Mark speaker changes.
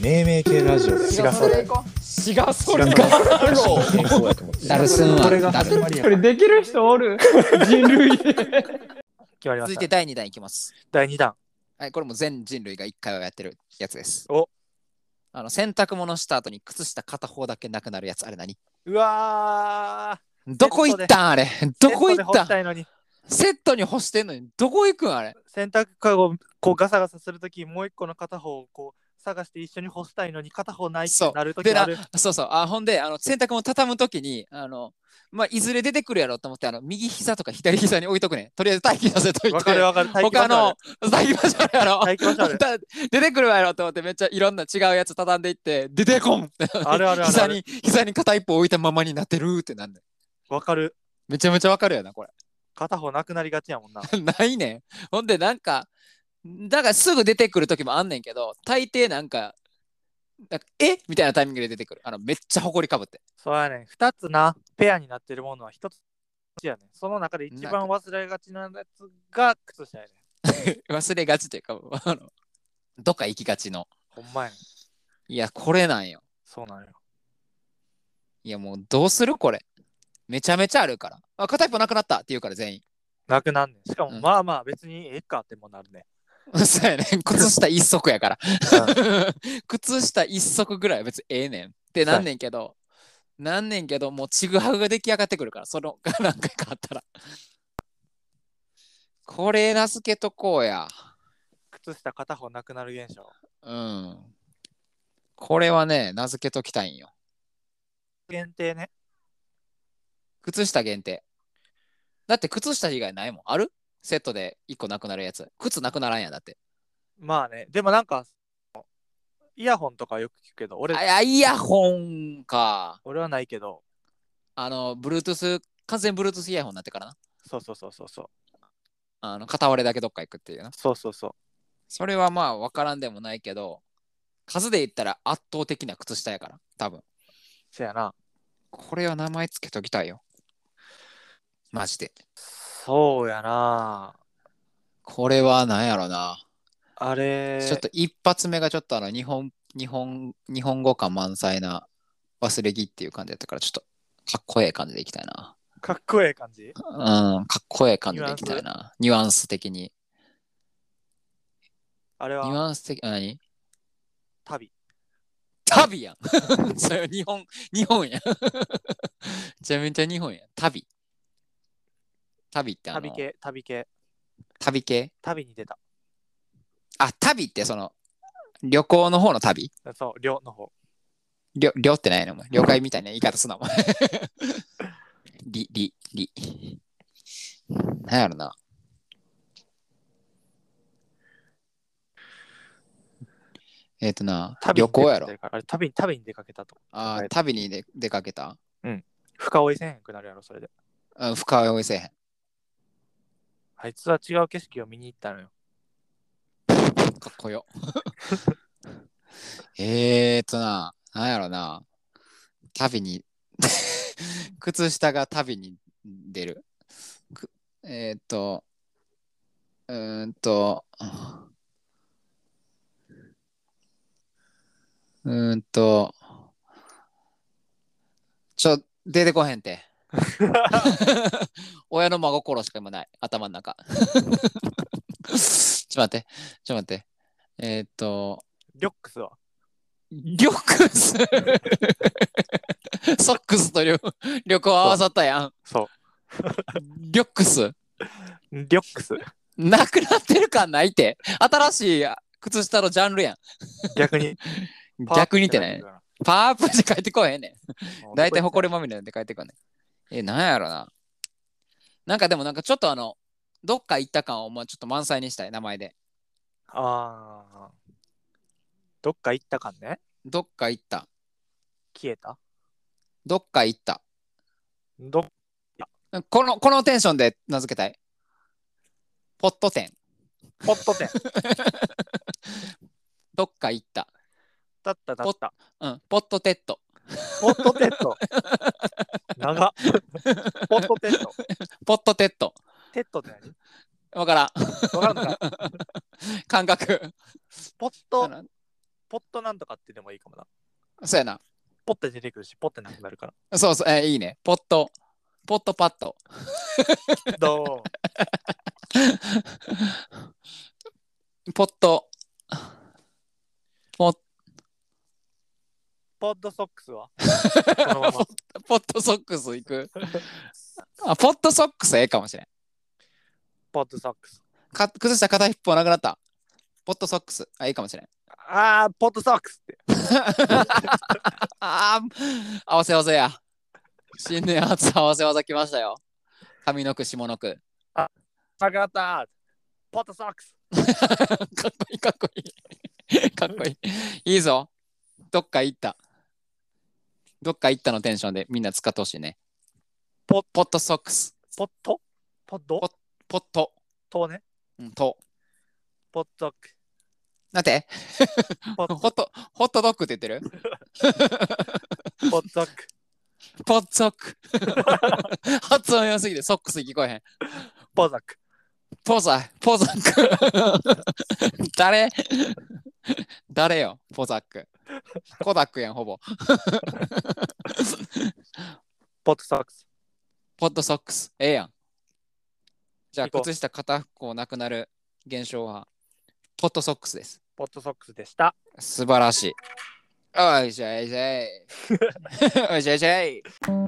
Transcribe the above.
Speaker 1: 命名系ラジオだよ
Speaker 2: 違うそれ行こ
Speaker 3: 違うそれ
Speaker 1: 違う
Speaker 3: か
Speaker 1: 健康やと思って
Speaker 4: ダルスンは
Speaker 1: これが
Speaker 4: ダ
Speaker 1: 始
Speaker 4: ル
Speaker 1: まりや
Speaker 5: これできる人おる人類
Speaker 2: う決まりま
Speaker 4: 続い
Speaker 2: した
Speaker 4: て第2弾いきます。
Speaker 2: 第2弾
Speaker 4: はい、これも全人類が1回はやってるやつです。
Speaker 2: お
Speaker 4: あの洗濯物した後に靴下片方だけなくなるやつあれ何
Speaker 2: うわ
Speaker 4: どこ行ったんあれどこ行
Speaker 2: セ
Speaker 4: っ
Speaker 2: ットで干
Speaker 4: た
Speaker 2: し
Speaker 4: ん
Speaker 2: たいのに
Speaker 4: セットに干してんのにどこ行くんあれ
Speaker 2: 洗濯かごをこうガサガサするときもう一個の片方をこう探して一緒に干したいのに片方ないってなるとき
Speaker 4: でな
Speaker 2: ある
Speaker 4: そうそうあほんであの洗濯物畳むときにあの、まあ、いずれ出てくるやろうと思ってあの右膝とか左膝に置いとくねとりあえず待機させといて
Speaker 2: わかるわかる待機
Speaker 4: 他
Speaker 2: 場所あ
Speaker 4: の
Speaker 2: る
Speaker 4: 待機場所あるやろ
Speaker 2: 待機 場所ある
Speaker 4: だ出てくるわやろと思ってめっちゃいろんな違うやつ畳んでいって出てこんって
Speaker 2: あるある ある
Speaker 4: 膝
Speaker 2: ある
Speaker 4: に膝に片一方置いたままになってるってなんで
Speaker 2: わかる
Speaker 4: めちゃめちゃわかるよなこ
Speaker 2: 片方なくなりがちやもんな
Speaker 4: れ ないねんほんでなんかだからすぐ出てくる時もあんねんけど大抵なんかなんかえみたいなタイミングで出てくるあのめっちゃ埃かぶって
Speaker 2: そうやねん2つなペアになってるものは1つやねんその中で一
Speaker 4: な
Speaker 2: 番忘れがちなやつが靴下やねん
Speaker 4: 忘れがちというか あのどっか行きがちの
Speaker 2: ほんまやねん
Speaker 4: いやこれなんよ
Speaker 2: そうなのよ
Speaker 4: いやもうどうするこれめちゃめちゃあるからあ片一方なくなったって言うから全員
Speaker 2: なくなんねんしか
Speaker 4: う
Speaker 2: も
Speaker 4: ん
Speaker 2: まあまあ別にええかってもなる ね
Speaker 4: そうやねん。靴下一足やから。 靴下一足ぐらいは別にええねん。ってなんねんけど、なんねんけど、もうちぐはぐが出来上がってくるから、その 何回かあったら。これ、名付けとこうや。
Speaker 2: 靴下片方なくなる現象
Speaker 4: うん。これはね、名付けときたいんよ。
Speaker 2: 限定ね
Speaker 4: 靴下限定。だって靴下以外ないもん。あるセットで一個なくなるやつ。靴なくならんやんだって。
Speaker 2: まあねでもなんかイヤホンとかよく聞くけど俺
Speaker 4: あいや、イヤホンか。
Speaker 2: 俺はないけど
Speaker 4: あの、Bluetooth、完全 Bluetooth イヤホンになってからな。
Speaker 2: そうそうそうそうそう
Speaker 4: あの片割れだけどっか行くっていうな。
Speaker 2: そうそうそう
Speaker 4: それはまあ分からんでもないけど、数で言ったら圧倒的な靴下やから、多分。
Speaker 2: せやな
Speaker 4: これは名前つけときたいよ。マジで。
Speaker 2: そうやな
Speaker 4: これは何やろな。
Speaker 2: あれ
Speaker 4: ちょっと一発目がちょっとあの日本、日本、日本語感満載な忘れ気っていう感じだったから、ちょっとかっこええ感じでいきたいな。
Speaker 2: かっこええ感じ
Speaker 4: うん、かっこええ感じでいきたいな。ニュアンス的に。
Speaker 2: あれ
Speaker 4: ニュ
Speaker 2: は
Speaker 4: アンス的、何
Speaker 2: 旅
Speaker 4: 旅やん。 それ日本、日本やん。 めちゃめちゃ日本やん。旅。旅ってあの
Speaker 2: 旅系旅系
Speaker 4: 旅系
Speaker 2: 旅に出た
Speaker 4: あ、旅ってその、旅行の方の旅
Speaker 2: そう両の方
Speaker 4: りょ、りょってないのお前。了解みたいな言い方すな、お前。 り、り、り。なんやろな。えっ、とな、
Speaker 2: 旅
Speaker 4: 旅
Speaker 2: に出かけ
Speaker 4: 行やろ
Speaker 2: て。るからあれ旅に旅に出かけたと
Speaker 4: あー旅にで出かけた
Speaker 2: 深追いせんへんくなるやろそれで
Speaker 4: うん、深追いせえへん。
Speaker 2: あいつは違う景色を見に行ったのよ
Speaker 4: かっこよ。 えーとな、なんやろな。旅に、 靴下が旅に出る。くえーと、うーんと、うーんと、ちょ、出てこへんて。 親の真心しか今ない、頭の中。 ちょっと待って、ちょっと待って。えーっと、
Speaker 2: リョックスは
Speaker 4: リョックス ソックスと旅旅行合わさったやん。
Speaker 2: そう
Speaker 4: リョックス
Speaker 2: リョックス
Speaker 4: なくなってる感ないって。新しい靴下のジャンルやん。
Speaker 2: 逆に
Speaker 4: 逆にってね。パワーアップで帰ってこへんねん。大体
Speaker 2: 誇
Speaker 4: 埃まみれなんで帰ってこんねん。え、なんやろな。なんかでもなんかちょっとあの、どっか行った感をもうちょっと満載にしたい、名前で。
Speaker 2: ああどっか行ったかんね
Speaker 4: どっか行った。
Speaker 2: 消えた
Speaker 4: どっか行った。
Speaker 2: どっ
Speaker 4: この、このテンションで名付けたい。ポット店。
Speaker 2: ポット 店
Speaker 4: どっか行った。
Speaker 2: だっただった
Speaker 4: うん、ポットテッド。
Speaker 2: ポットテッ ド長っポットテッド
Speaker 4: ポットテッド。
Speaker 2: テッドって何
Speaker 4: わからん。
Speaker 2: わかんない
Speaker 4: 感覚。
Speaker 2: ポットポットなんとかってでもいいかもな。
Speaker 4: そうやな。
Speaker 2: ポッて出てくるし、ポッてなくなるから。
Speaker 4: そうそう、えーいいね。ポット。ポットパッド。
Speaker 2: ど
Speaker 4: ポット。ポッ、
Speaker 2: うポッドソックスはこのま ま。
Speaker 4: ポットソックス行く。あ、ポットソックスええかもしれん。
Speaker 2: ポッドソックス。
Speaker 4: か崩した片一方なくなった。ポットソックス。あ、いいかもしれん。
Speaker 2: あー、ポッドソックスって。
Speaker 4: あー合わせ技や。新年初合わせ技来ましたよ。上の句、下の句。
Speaker 2: なくなったポッドソックス
Speaker 4: かっこいい、かっこいい。かっこいい。いいぞ。どっか行った。どっか行ったのテンションでみんな使ってほしいね。
Speaker 2: ポ
Speaker 4: ポットソックス。
Speaker 2: ポットポッド
Speaker 4: ポッポット。
Speaker 2: とね。
Speaker 4: うん、と。
Speaker 2: ポッドク。
Speaker 4: なんて
Speaker 2: ポッ
Speaker 4: ホット、ホットドッグって言ってる
Speaker 2: ポッドク。
Speaker 4: ポッソック。 発音良すぎてソックス聞こえへん。
Speaker 2: ポザク。
Speaker 4: ポザ、ポザック。 誰 誰よ、ポザック。コダックやん、ほぼ。
Speaker 2: ポッドソックス。
Speaker 4: ポッドソックス。ええやん。じゃあ、
Speaker 2: 行こう
Speaker 4: 靴下片方なくなる現象は、ポッドソックスです。
Speaker 2: ポッドソックスでした。
Speaker 4: 素晴らしい。おいしょいしょい。おいしょいしょい。